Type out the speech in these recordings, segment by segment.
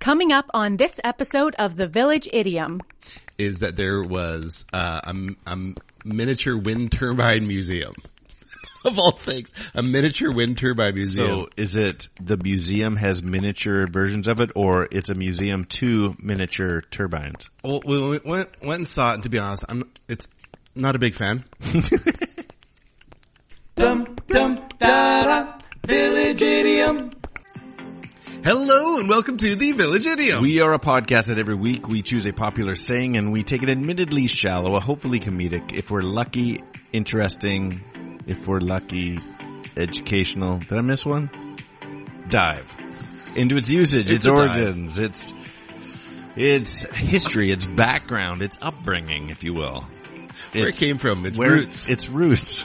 Coming up on this episode of The Village Idiom. is that there was uh, a, m- a m- miniature wind turbine museum. of all things, a miniature wind turbine museum. So is it the museum has miniature versions of it, or it's a museum to miniature turbines? Well, we we went, went and saw it, and to be honest, I'm it's not a big fan. Hello and welcome to the Village Idiom. Um, We are a podcast that every week we choose a popular saying and we take an admittedly shallow, a hopefully comedic, if we're lucky, interesting, if we're lucky, educational. Did I miss one? Dive into its usage, It's its, a dive. origins, its its history, its background, its upbringing, if you will. where it Its- came from, its where roots. Its roots.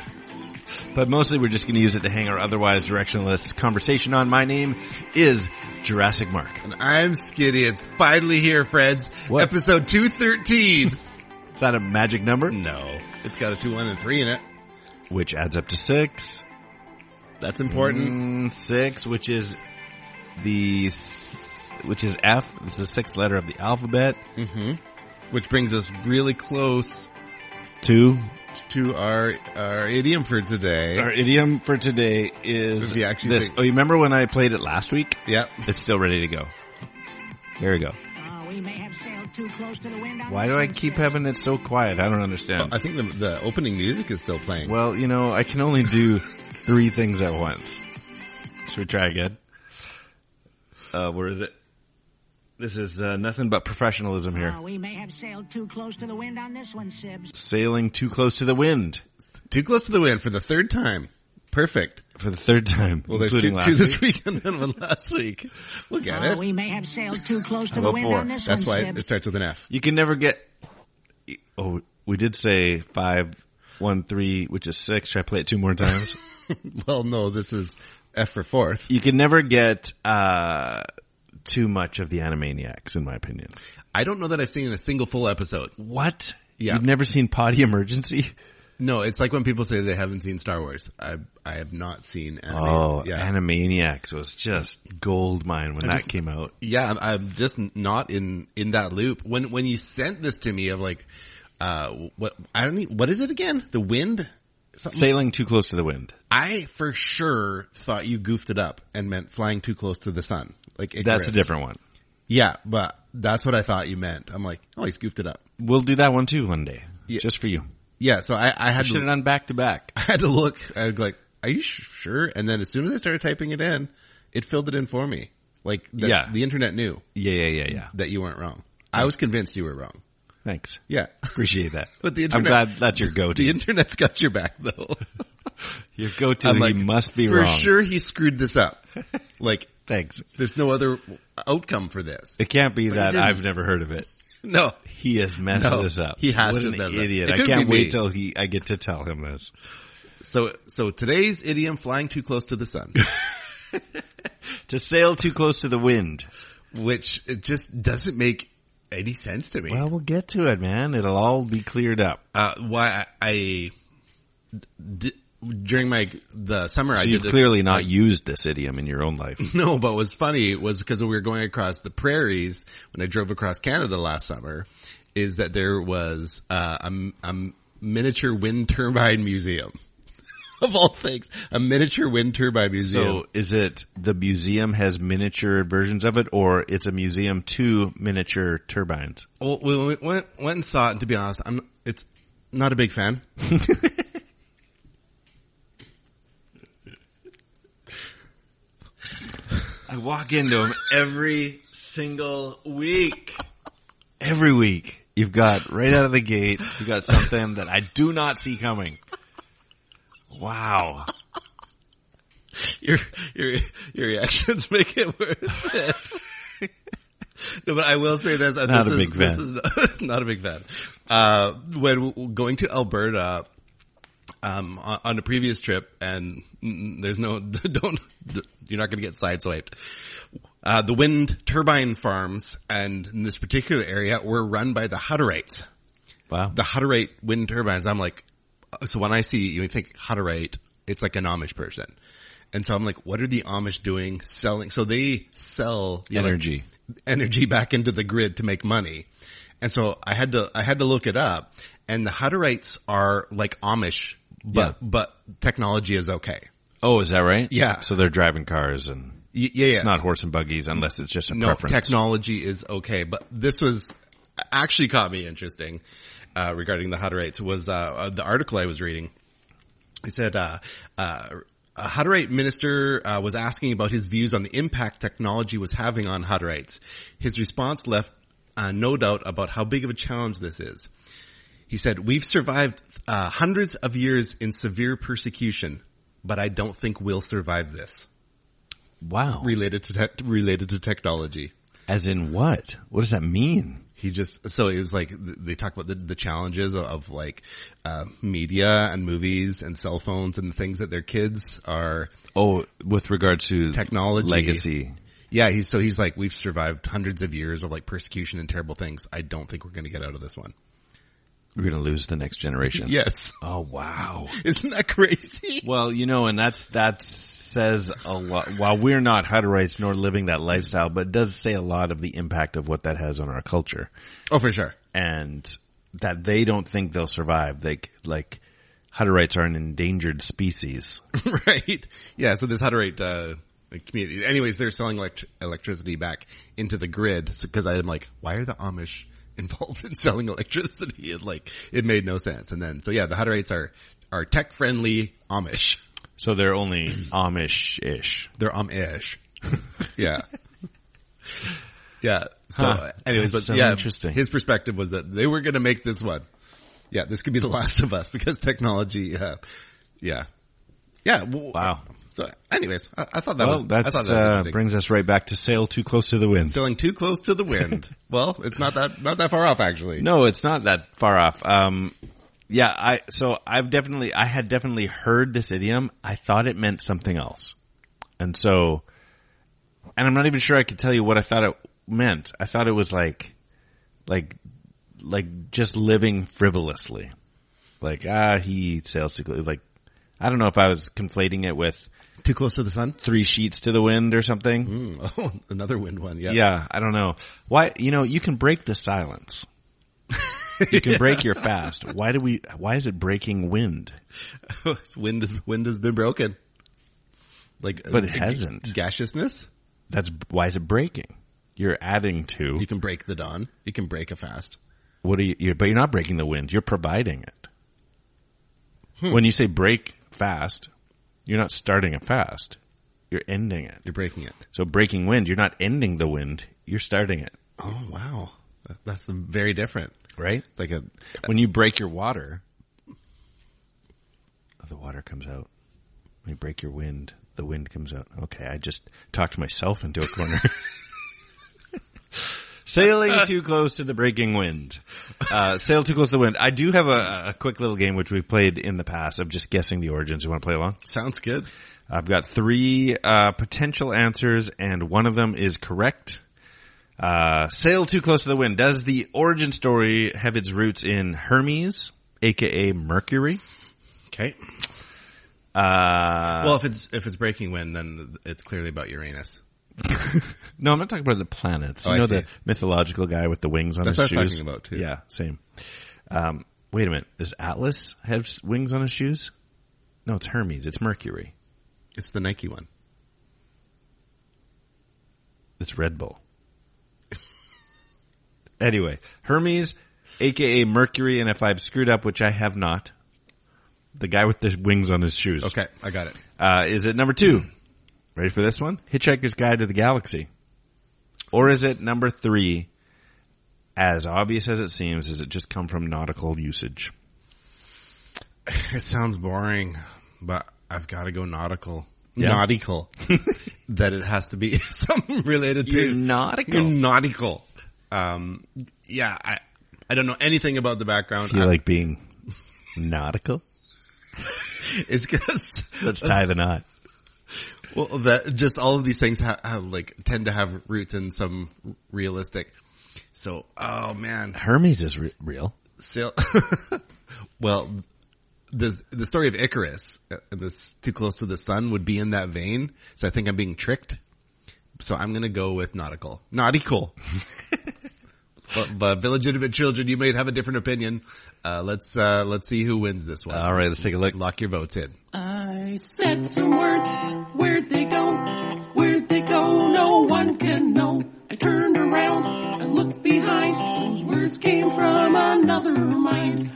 But mostly we're just going to use it to hang our otherwise directionless conversation on. My name is Jurassic Mark. and I'm Skitty. It's finally here, friends. What? Episode 213. Is that a magic number? no, it's got a 2, 1, and 3 in it. Which adds up to six. That's important. Mm, six, which is the, s- which is F. It's the sixth letter of the alphabet. hmm Which brings us really close Two. to our, our idiom for today. Our idiom for today is Does he actually this. think- Oh, you remember when I played it last week? Yep. It's still ready to go. Here we go. Uh, we may have sailed too close to the wind. on Why this do I one, keep sir. having it so quiet? I don't understand. I think the, the opening music is still playing. Well, you know, I can only do three things at once. Should we try again? Uh, where is it? This is uh, nothing but professionalism here. Uh, we may have sailed too close to the wind on this one, Sibs. Sailing too close to the wind Too close to the wind for the third time. Perfect. for the third time. Well, there's including two, last two week. this week and then one last week. We'll get Uh, it. we may have sailed too close to the About wind four. on this That's why one, it, Sibs. it starts with an F. You can never get. Oh, we did say five, one, three, which is six. Should I play it two more times? Well, no, this is F for fourth. you can never get uh, too much of the Animaniacs, in my opinion. I don't know that I've seen a single full episode. What? Yeah. You've never seen Potty Emergency? No, it's like when people say they haven't seen Star Wars. I I have not seen. Anime. Oh, yeah, Animaniacs was just gold mine when that just- came out. yeah. I'm, I'm just not in in that loop. When when you sent this to me, I'm like, uh, what I don't. Need, what is it again? The wind. Something Sailing too close to the wind. I for sure thought you goofed it up and meant flying too close to the sun. Like Icarus. That's a different one. Yeah, but that's what I thought you meant. I'm like, oh, he's goofed it up. We'll do that one too one day, Yeah. just for you. Yeah, so I, I had Should have to, done back to back. I had to look. I was like, are you sh- sure? And then as soon as I started typing it in, it filled it in for me. Like, the, Yeah. the internet knew Yeah, yeah, yeah, yeah. that you weren't wrong. I was convinced you were wrong. Thanks, Yeah, appreciate that. But the I'm internet- glad that's your the go-to. internet's got your back though. your go-to. like, he must be for wrong. sure, he screwed this up. Like, Thanks. there's no other outcome for this. It can't be that didn't. I've never heard of it. No, He has messed No, this up. he has what to an have done that. idiot. It I could can't be me. wait till he. I get to tell him this. So, so today's idiom, flying too close to the sun, To sail too close to the wind. which it just doesn't make any sense to me. Well, we'll get to it, man. It'll all be cleared up. uh, why I, I d- during my, the summer I So did you've clearly not used this idiom in your own life. a, no, but what's funny was because we were going across the prairies when I drove across Canada last summer is that there was, uh, a, m- a m- miniature wind turbine museum. Of all things, a miniature wind turbine museum. So is it the museum has miniature versions of it, or it's a museum to miniature turbines? Well, we we went went and saw it. And to be honest, I'm it's not a big fan. I walk into them every single week. Every week, you've got right out of the gate, you got something that I do not see coming. Wow. Your your your reactions make it worth it. No, but I will say this. uh, Not this a is, big This fan. is not a big fan. Uh, when w- going to Alberta, um, on, on a previous trip, and mm, there's no, don't, you're not going to get sideswiped. Uh, the wind turbine farms and in this particular area were run by the Hutterites. Wow. the Hutterite uh, wind turbines. I'm like, so when I see you think Hutterite, it's like an Amish person. And so I'm like, what are the Amish doing selling? So they sell the Energy. energy back into the grid to make money. And so I had to, I had to look it up and the Hutterites are like Amish, but, Yeah. but technology is okay. Oh, is that right? Yeah. So they're driving cars and Y- yeah. it's not horse and buggies unless it's just a no preference. technology is okay, but this was actually caught me interesting, uh, regarding the Hutterites was, uh, uh, the article I was reading. He said, uh, uh, a Hutterite minister uh, was asking about his views on the impact technology was having on Hutterites. His response left uh, no doubt about how big of a challenge this is. He said, "We've survived uh, hundreds of years in severe persecution, but I don't think we'll survive this." wow. Related to tech related to technology. As in what? What does that mean? he just so it was like th- they talk about the, the challenges of, of like uh, media and movies and cell phones and things that their kids are Oh, with regard to Technology. legacy. yeah he's so he's like we've survived hundreds of years of like persecution and terrible things i don't think we're going to get out of this one We're going to lose the next generation. yes Oh, wow. isn't that crazy Well, you know, and that's, that says a lot. While we're not Hutterites nor living that lifestyle, but it does say a lot of the impact of what that has on our culture oh for sure and that they don't think they'll survive. Like, like Hutterites are an endangered species. right yeah so this Hutterite uh community anyways they're selling elect- electricity back into the grid because i'm like why are the amish involved in selling electricity and like it made no sense and then so yeah the Hutterites are are tech friendly amish So they're only Amish-ish. they're amish yeah yeah so Huh. anyways but That's so yeah interesting. his perspective was that they were gonna make this one yeah this could be the last of us because technology uh yeah yeah well, Wow. so anyways i, I thought that Well, was I thought that's, that was uh, interesting. brings us right back to sail too close to the wind. Sailing too close to the wind. well, it's not that not that far off actually. No, it's not that far off. Um, yeah, I, so I've definitely, I had definitely heard this idiom. I thought it meant something else. And so, and I'm not even sure I could tell you what I thought it meant. I thought it was like, like, like just living frivolously. Like, ah, he sails too close. Like, I don't know if I was conflating it with Too close to the sun. three sheets to the wind or something. Oh, another wind one. Yeah. Yeah, I don't know. Why, you know, you can break the silence. You can break your fast. Why do we, why is it breaking wind? wind is wind has been broken. Like, But it uh, g- hasn't. Gaseousness. That's, why is it breaking? You're adding You to, can break the dawn. You can break a fast. what are you, you're, but you're not breaking the wind, you're providing it. When you say break fast, you're not starting a fast, you're ending it. You're breaking it. So breaking wind, you're not ending the wind, you're starting it, Oh wow, That- that's very different. right? It's like a when you break your water, oh, the water comes out. When you break your wind, the wind comes out. Okay, I just talked myself into a corner. Sailing too close to the breaking wind. Uh, sail too close to the wind. I do have a, a quick little game which we've played in the past of just guessing the origins. You want to play along? sounds good. I've got three uh, potential answers, and one of them is correct. Uh, sail too close to the wind. Does the origin story have its roots in Hermes, aka Mercury? Okay. Uh, well, if it's if it's breaking wind, then it's clearly about Uranus. no, I'm not talking about the planets. Oh, you I know see. the mythological guy with the wings on That's his what I was shoes. talking about, too. Yeah, same. Um, wait a minute. Does Atlas have s- wings on his shoes? No, it's Hermes. It's Mercury. It's the Nike one. It's Red Bull. anyway, Hermes, aka Mercury, and if I've screwed up, which I have not, the guy with the wings on his shoes. Okay, I got it. Uh, is it number two? Ready for this one? Hitchhiker's Guide to the Galaxy. Or is it number three? As obvious as it seems, does it just come from nautical usage? It sounds boring, but I've got to go nautical. Yeah. Nautical. that it has to be something related to You're nautical. You're nautical. Um, yeah, I I don't know anything about the background. You I- like being nautical? it's because Let's tie the knot. well, that just all of these things have, have like tend to have roots in some realistic. So, oh man, Hermes is re- real. sail. well, the the story of Icarus uh, and this too close to the sun would be in that vein. So I think I'm being tricked. So I'm gonna go with nautical, nautical. but, but illegitimate children, you may have a different opinion. Uh, let's uh, let's see who wins this one. All right, let's take a look. Lock your votes in. I said some words. Where'd they go? Where'd they go? No one can know. I turned around and looked behind. Those words came from another mind.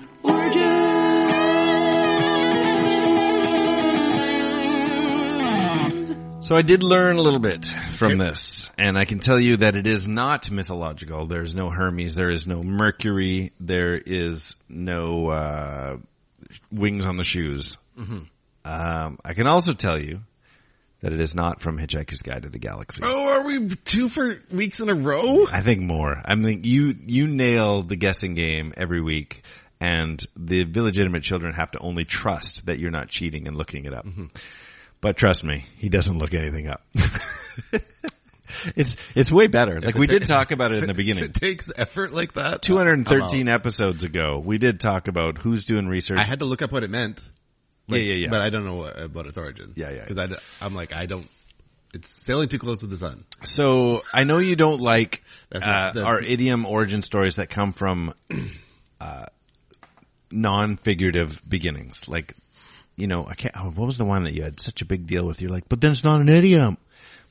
Origins. So I did learn a little bit from this, and I can tell you that it is not mythological. There is no Hermes, there is no Mercury, there is no uh, wings on the shoes. Um, I can also tell you that it is not from Hitchhiker's Guide to the Galaxy. Oh, are we two for weeks in a row? I think more. I mean, you you nail the guessing game every week, and the illegitimate children have to only trust that you're not cheating and looking it up. But trust me, he doesn't look anything up. it's it's way better. Like we did talk about it in the beginning. It takes effort like that. 213 episodes ago, we did talk about who's doing research. I had to look up what it meant. Yeah, yeah, yeah. But I don't know what, about its origin. Yeah, yeah. Because I'm like, I don't. It's sailing too close to the sun. So I know you don't like That's- uh, that's- our idiom origin stories that come from uh, non-figurative beginnings. Like, you know, I can't. Oh, what was the one that you had such a big deal with? You're like, but then it's not an idiom,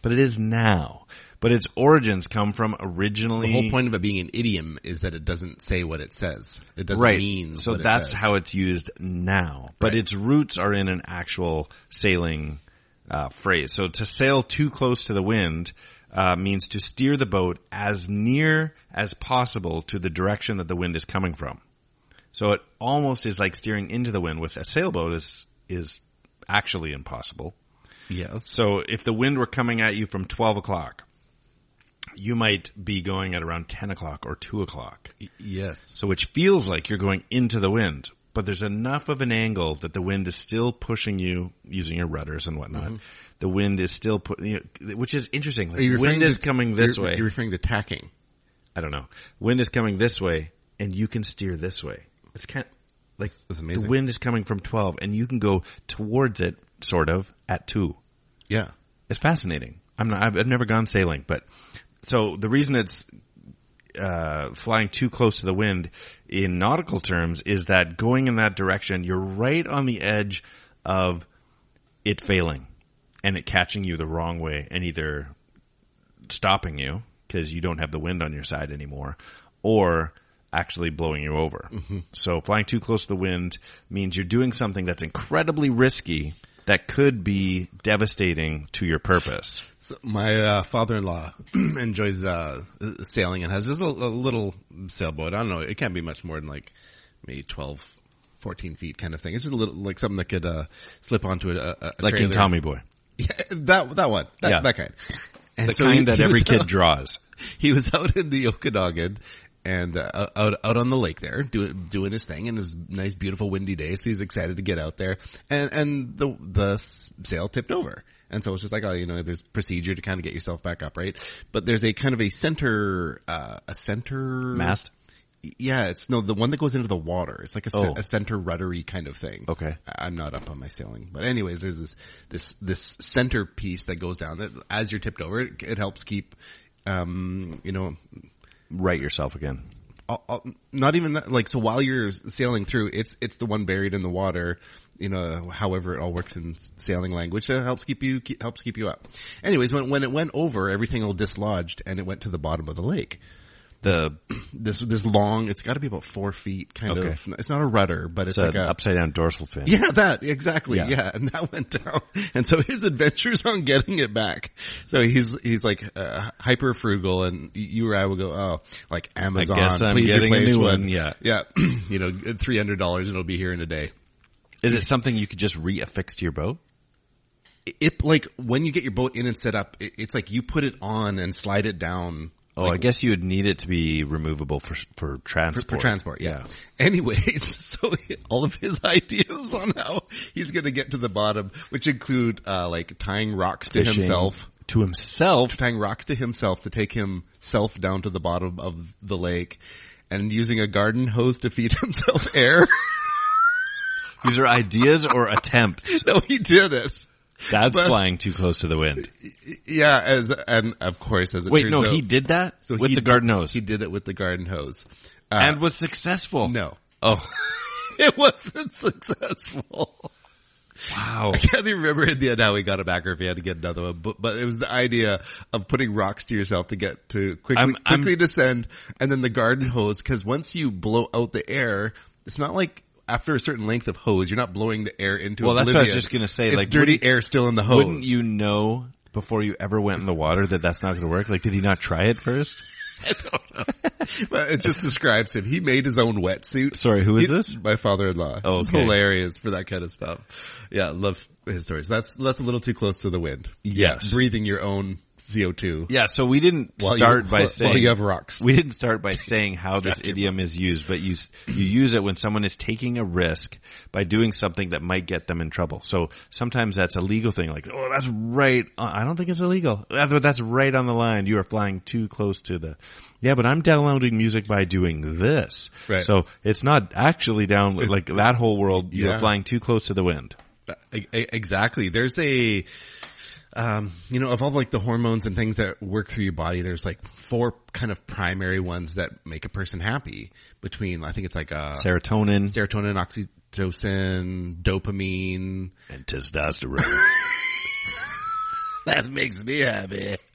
but it is now. But its origins come from originally. The whole point of it being an idiom is that it doesn't say what it says. It doesn't right. mean. so what it that's says. how it's used now, but Right. its roots are in an actual sailing uh, phrase. So to sail too close to the wind uh, means to steer the boat as near as possible to the direction that the wind is coming from. So it almost is like steering into the wind with a sailboat is is actually impossible. Yes. So if the wind were coming at you from 12 o'clock, you might be going at around 10 o'clock or 2 o'clock. Yes. So which feels like you're going into the wind, but there's enough of an angle that the wind is still pushing you using your rudders and whatnot. The wind is still put, you know, which is interesting. Like, Mm-hmm. Are you referring wind is to- coming this you're- way. You're referring to tacking. I don't know. Wind is coming this way and you can steer this way. It's kind like that's amazing. the wind is coming from 12 and you can go towards it sort of at 2. Yeah. It's fascinating. I'm not, I've, I've never gone sailing, but so the reason it's uh, flying too close to the wind in nautical terms is that going in that direction, you're right on the edge of it failing and it catching you the wrong way and either stopping you because you don't have the wind on your side anymore or actually blowing you over. So flying too close to the wind means you're doing something that's incredibly risky that could be devastating to your purpose. So my uh, father-in-law enjoys uh, sailing and has just a, a little sailboat. I don't know. It can't be much more than like maybe 12, 14 feet kind of thing. It's just a little like something that could uh, slip onto a, a, a Like in trailer. Tommy Boy. Yeah, that that one, that, Yeah. that kind. And The so kind he- that he every was kid out- draws. He was out in the Okanagan and uh, out out on the lake there, doing doing his thing, and it was a nice, beautiful, windy day. So he's excited to get out there, and and the the s- sail tipped over, and so it's just like oh, you know, there's procedure to kind of get yourself back up, right? But there's a kind of a center, uh, a center Mast? Yeah, it's no the one that goes into the water. It's like a, Oh. ce- a center ruddery kind of thing. Okay. I- I'm not up on my sailing, but anyways, there's this this this center piece that goes down that as you're tipped over, it, it helps keep, um, you know, Write yourself again. all, all, not even that. Like so, while you're sailing through, it's it's the one buried in the water. You know, however it all works in sailing language, that helps keep you keep, helps keep you up. Anyways, when when it went over, everything all dislodged and it went to the bottom of the lake. The This this long, it's got to be about four feet, kind Okay. of. It's not a rudder, but it's, the like a upside down dorsal fin. yeah, that exactly. Yeah. Yeah. and that went down. And so his adventures on getting it back. So he's he's like uh, hyper frugal, and you or I will go, oh, like Amazon, guess I'm please getting a replace new one. one, yeah. yeah, you know, three hundred dollars, and it'll be here in a day. Is it something you could just reaffix to your boat? It like when you get your boat in and set up, it, it's like you put it on and slide it down. Oh, I guess you would need it to be removable for for transport. For transport, yeah. Anyways, so he- all of his ideas on how he's going to get to the bottom, which include uh, like tying rocks to Fishing himself, To himself. tying rocks to himself to take himself down to the bottom of the lake and using a garden hose to feed himself air. These are ideas or attempts. No, he did it. That's But- flying too close to the wind. Yeah, as and of course, as it Wait, turns no, out, he did that so with he the did- garden hose He did it with the garden hose. Uh, and was successful. no, Oh, it wasn't successful. wow. I can't even remember in the end how he got it back or if he had to get another one, but, but it was the idea of putting rocks to yourself to get to quickly, I'm- I'm- quickly descend and then the garden hose. Cause once you blow out the air, it's not like after a certain length of hose, you're not blowing the air into Well, that's what I was oblivion. just gonna say, It's like, dirty air still in the hose. Wouldn't you know before you ever went in the water that that's not going to work? Like, did he not try it first? Well, it just describes him. He made his own wetsuit. Sorry, who is He- this? My father-in-law. Oh, He's okay. hilarious for that kind of stuff. Yeah, love his stories. That's, that's a little too close to the wind. Yes. Breathing your own CO2. Yeah. So we didn't While you- start by while saying you have rocks. We didn't start by saying how this idiom is used, but you s- you use it when someone is taking a risk by doing something that might get them in trouble. So sometimes that's a legal thing, like oh, that's right. uh, I don't think it's illegal. That's that's right on the line. You are flying too close to the. Yeah, but I'm downloading music by doing this. Right. So it's not actually down like that whole world. You're Yeah. flying too close to the wind. E- e- Exactly. There's a, um, you know, of all like the hormones and things that work through your body, there's like four kind of primary ones that make a person happy between, I think it's like, uh, Serotonin serotonin, oxytocin, dopamine. and testosterone. That makes me happy.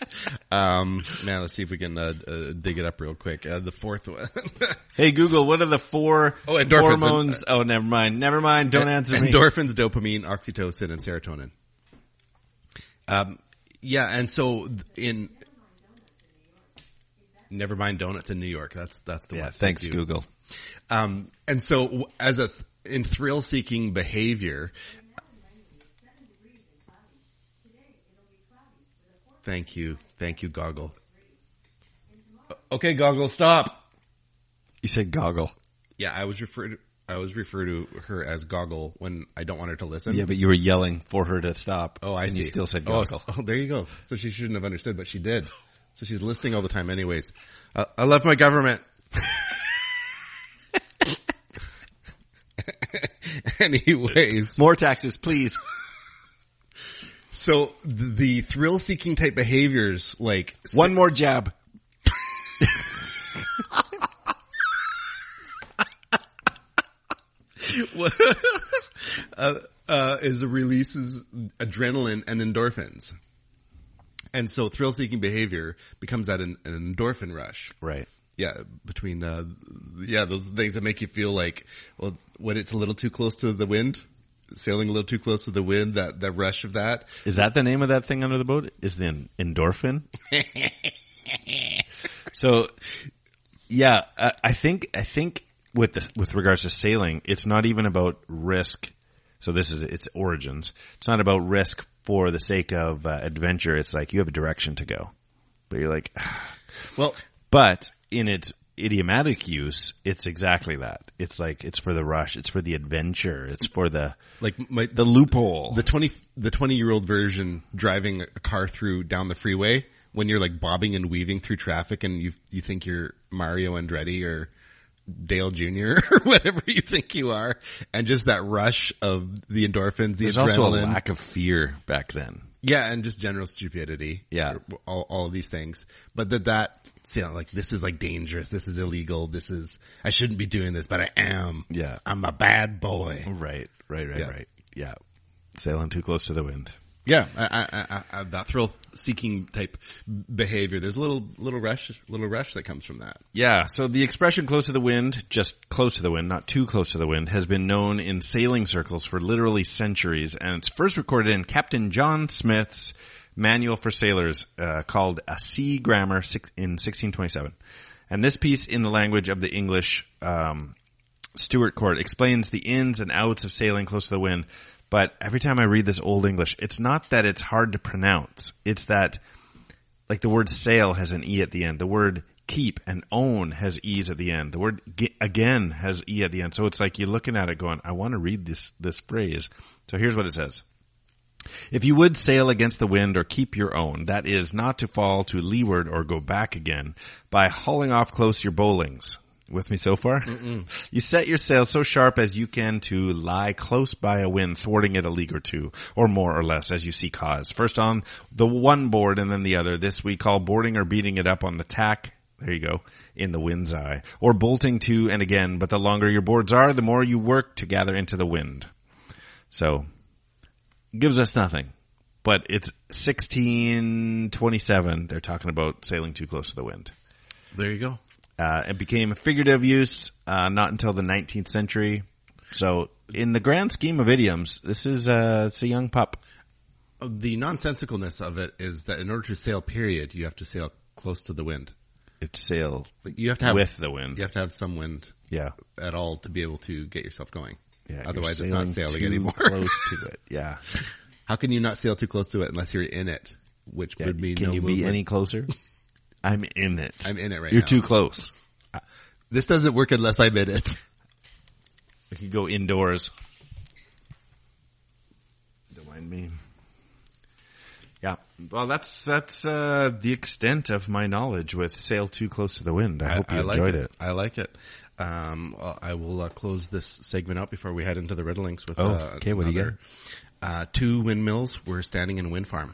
Um, man, let's see if we can, uh, uh dig it up real quick. Uh, the fourth one. Hey Google, what are the four Oh, endorphins. hormones? oh, never mind. Never mind. Don't answer me. Endorphins, dopamine, oxytocin, and serotonin. Um, yeah, and so th- in never mind donuts in New York. That's that's the yeah, one. thanks Thank you. Google. Um, and so w- as a th- in thrill seeking behavior. Thank you, thank you, Goggle. Okay, Goggle, stop. You said goggle. Yeah, I was referred. I always refer to her as Goggle when I don't want her to listen. Yeah, but you were yelling for her to stop. Oh, I and see. You still said Oh, goggle. s- Oh, there you go. So she shouldn't have understood, but she did. So she's listening all the time, anyways. Uh, I love my government. anyways, More taxes, please. so th- the thrill-seeking type behaviors, like One more jab. uh, is releases adrenaline and endorphins, and so thrill-seeking behavior becomes that an, an endorphin rush. Right. yeah, between uh, yeah, those things that make you feel like well, when it's a little too close to the wind, sailing a little too close to the wind, that that rush of that. Is that the name of that thing under the boat? Is the en- endorphin? so, yeah, I, I think I think with this, with regards to sailing, it's not even about risk. So this is its origins. It's not about risk for the sake of uh, adventure. It's like you have a direction to go, but you're like, Well, but in its idiomatic use, it's exactly that. It's like it's for the rush. It's for the adventure. It's for the like my the the loophole. the twenty the twenty year old version driving a car through down the freeway when you're like bobbing and weaving through traffic and you you think you're Mario Andretti or Dale Jr. or whatever you think you are, and just that rush of the endorphins, the There's adrenaline, also a lack of fear back then. Yeah, and just general stupidity. Yeah. all, all of these things, but that that you know, like this is like dangerous. This is illegal. This is I shouldn't be doing this, but I am. Yeah. I'm a bad boy. Right, right, right, Yeah. right. Yeah. Sailing too close to the wind. Yeah, I, I, I, I, that thrill seeking type behavior. There's a little little rush, little rush that comes from that. Yeah, so the expression close to the wind, just close to the wind, not too close to the wind, has been known in sailing circles for literally centuries, and it's first recorded in Captain John Smith's Manual for Sailors, uh, called A Sea Grammar six- in 1627. And this piece in the language of the English, um, Stuart Court explains the ins and outs of sailing close to the wind. But every time I read this old English, it's not that it's hard to pronounce. It's that like the word sail has an E at the end. The word keep and own has E's at the end. The word ge- again has E at the end. So it's like you're looking at it going, I want to read this, this phrase. So here's what it says. If you would sail against the wind or keep your own, that is not to fall to leeward or go back again by hauling off close your bowlings. With me so far? You set your sails so sharp as you can to lie close by a wind, thwarting it a league or two, or more or less as you see cause. First on the one board and then the other. This we call boarding or beating it up on the tack. There you go. In the wind's eye. Or bolting to and again. But the longer your boards are, the more you work to gather into the wind. So gives us nothing. But it's 1627. They're talking about sailing too close to the wind. There you go. Uh, it became a figurative use uh, not until the 19th century. So, in the grand scheme of idioms, this is uh, it's a young pup. Uh, The nonsensicalness of it is that in order to sail, period, you have to sail close to the wind. It's sail Like you have to have with the wind. you have to have some wind Yeah, at all to be able to get yourself going. yeah. you're Otherwise, it's not sailing too anymore. Close to it. Yeah. How can you not sail too close to it unless you're in it? Which Yeah, would mean Can no you movement. be any closer? I'm in it. I'm in it right You're now. too close. This doesn't work unless I'm in it. We could go indoors. Don't mind me. Yeah. Well, that's that's uh, the extent of my knowledge with sail too close to the wind. I, hope you like enjoyed it. I like it. Um, well, I will uh, close this segment out before we head into the riddlings with. Oh, uh, okay, what do you another- Uh, two windmills were standing in a wind farm.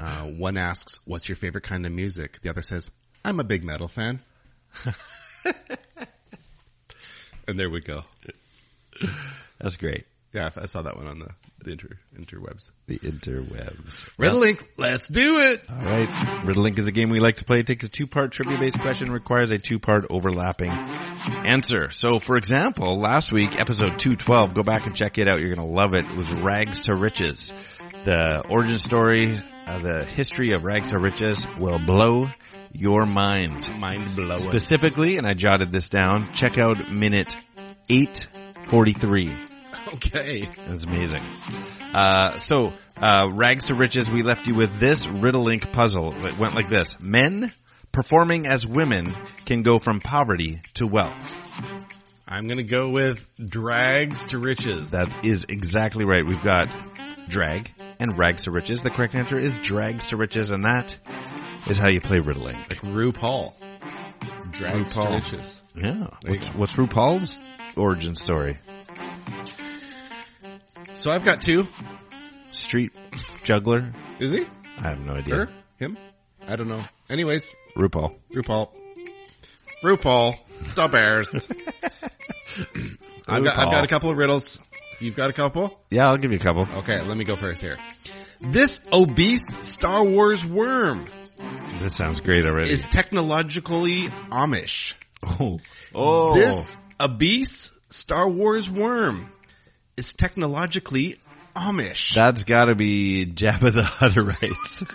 Uh, one asks, "What's your favorite kind of music?" The other says, "I'm a big metal fan." and there we go. That's great. Yeah, I saw that one on the, the inter interwebs. The interwebs. Riddlink, let's do it. All right. Riddlink is a game we like to play. It takes a two-part trivia-based question, requires a two-part overlapping answer. So, for example, last week, episode 212, go back and check it out. You're going to love it. It was Rags to Riches. The origin story, uh, the history of Rags to Riches will blow your mind. Mind blowing. Specifically, and I jotted this down, check out minute 843. Okay. It's amazing. Uh, so, uh, rags to riches, we left you with this Riddlink puzzle that went like this. Men performing as women can go from poverty to wealth. I'm gonna go with drags to riches. That is exactly right. We've got drag and rags to riches. The correct answer is drags to riches and that is how you play Riddlink. like RuPaul. Drags RuPaul. to riches. Yeah. There you What's, what's RuPaul's origin story? So I've got two. Street juggler? Is he? I have no idea. Her? Him? I don't know. Anyways, RuPaul. RuPaul. RuPaul. Stop airs. I've got I've got a RuPaul. couple of riddles. You've got a couple? Yeah, I'll give you a couple. Okay, let me go first here. This obese Star Wars worm This sounds great already. is technologically Amish. oh. oh. This obese Star Wars worm is technologically Amish. That's gotta be Jabba the Hutterite.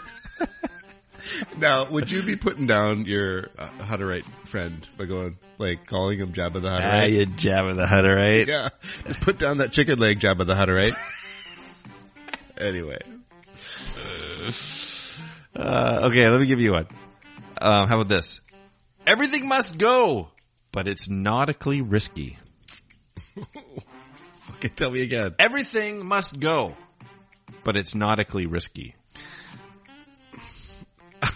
now, would you be putting down your uh, Hutterite friend by going like calling him Jabba the Hutterite? ah, you Jabba the Hutterite. yeah, just put down that chicken leg, Jabba the Hutterite. anyway, Uh, okay, let me give you one. Um, how about this? Everything must go, but it's nautically risky. okay, tell me again. Everything must go, but it's nautically risky.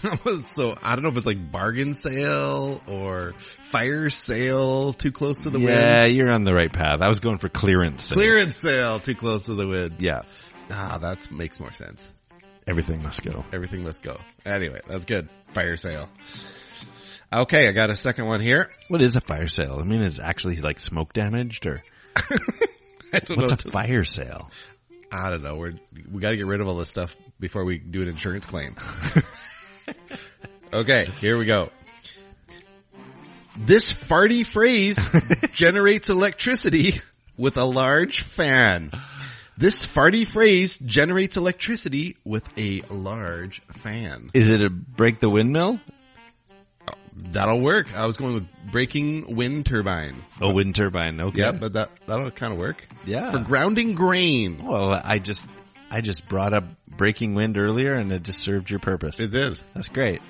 I was so I don't know if it's like bargain sale or fire sale, too close to the yeah, wind. you're on the right path. I was going for clearance. Clearance sale, too close to the wind. Yeah, Ah, that makes more sense. everything must go. Everything must go. Anyway, that's good. Fire sale. Okay, I got a second one here. What is a fire sale? I mean, is it actually like smoke damaged or I don't what's know. a fire sale? I don't know. We're we got to get rid of all this stuff before we do an insurance claim. okay, here we go. This farty phrase generates electricity with a large fan. This farty phrase generates electricity with a large fan. Is it a break the windmill? That'll work. I was going with breaking wind turbine. A wind turbine. Okay. Yeah, but that that'll kind of work. yeah. For grounding grain. Well, I just I just brought up Breaking Wind earlier, and it just served your purpose. It did. That's great.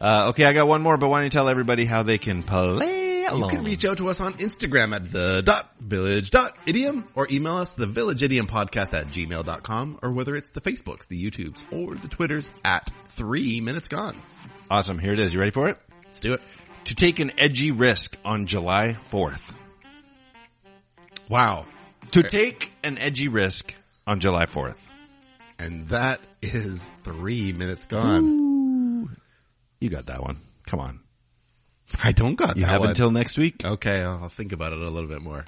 Uh, okay, I got one more, but why don't you tell everybody how they can play You along? can reach out to us on Instagram at the dot village dot idiom or email us the village idiom podcast at gmail.com or whether it's the Facebooks, the YouTubes, or the Twitters at three minutes gone. awesome. Here it is. You ready for it? Let's do it. to take an edgy risk on July 4th. Wow. Eh. To take an edgy risk on July 4th. And that is three minutes gone. You got that one. Come on. I don't got You that have one. until next week. Okay, I'll think about it a little bit more.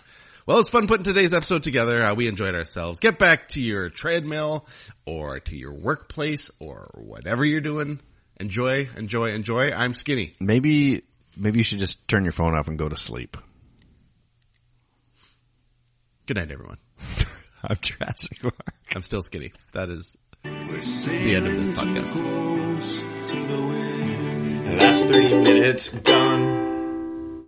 Well, it's fun putting today's episode together. Uh, we enjoyed ourselves. Get back to your treadmill or to your workplace or whatever you're doing. Enjoy, enjoy, enjoy. I'm skinny. Maybe, maybe you should just turn your phone off and go to sleep. Good night, everyone. I'm Jurassic Park. I'm still skinny. That is the end of this podcast. That's three minutes gone.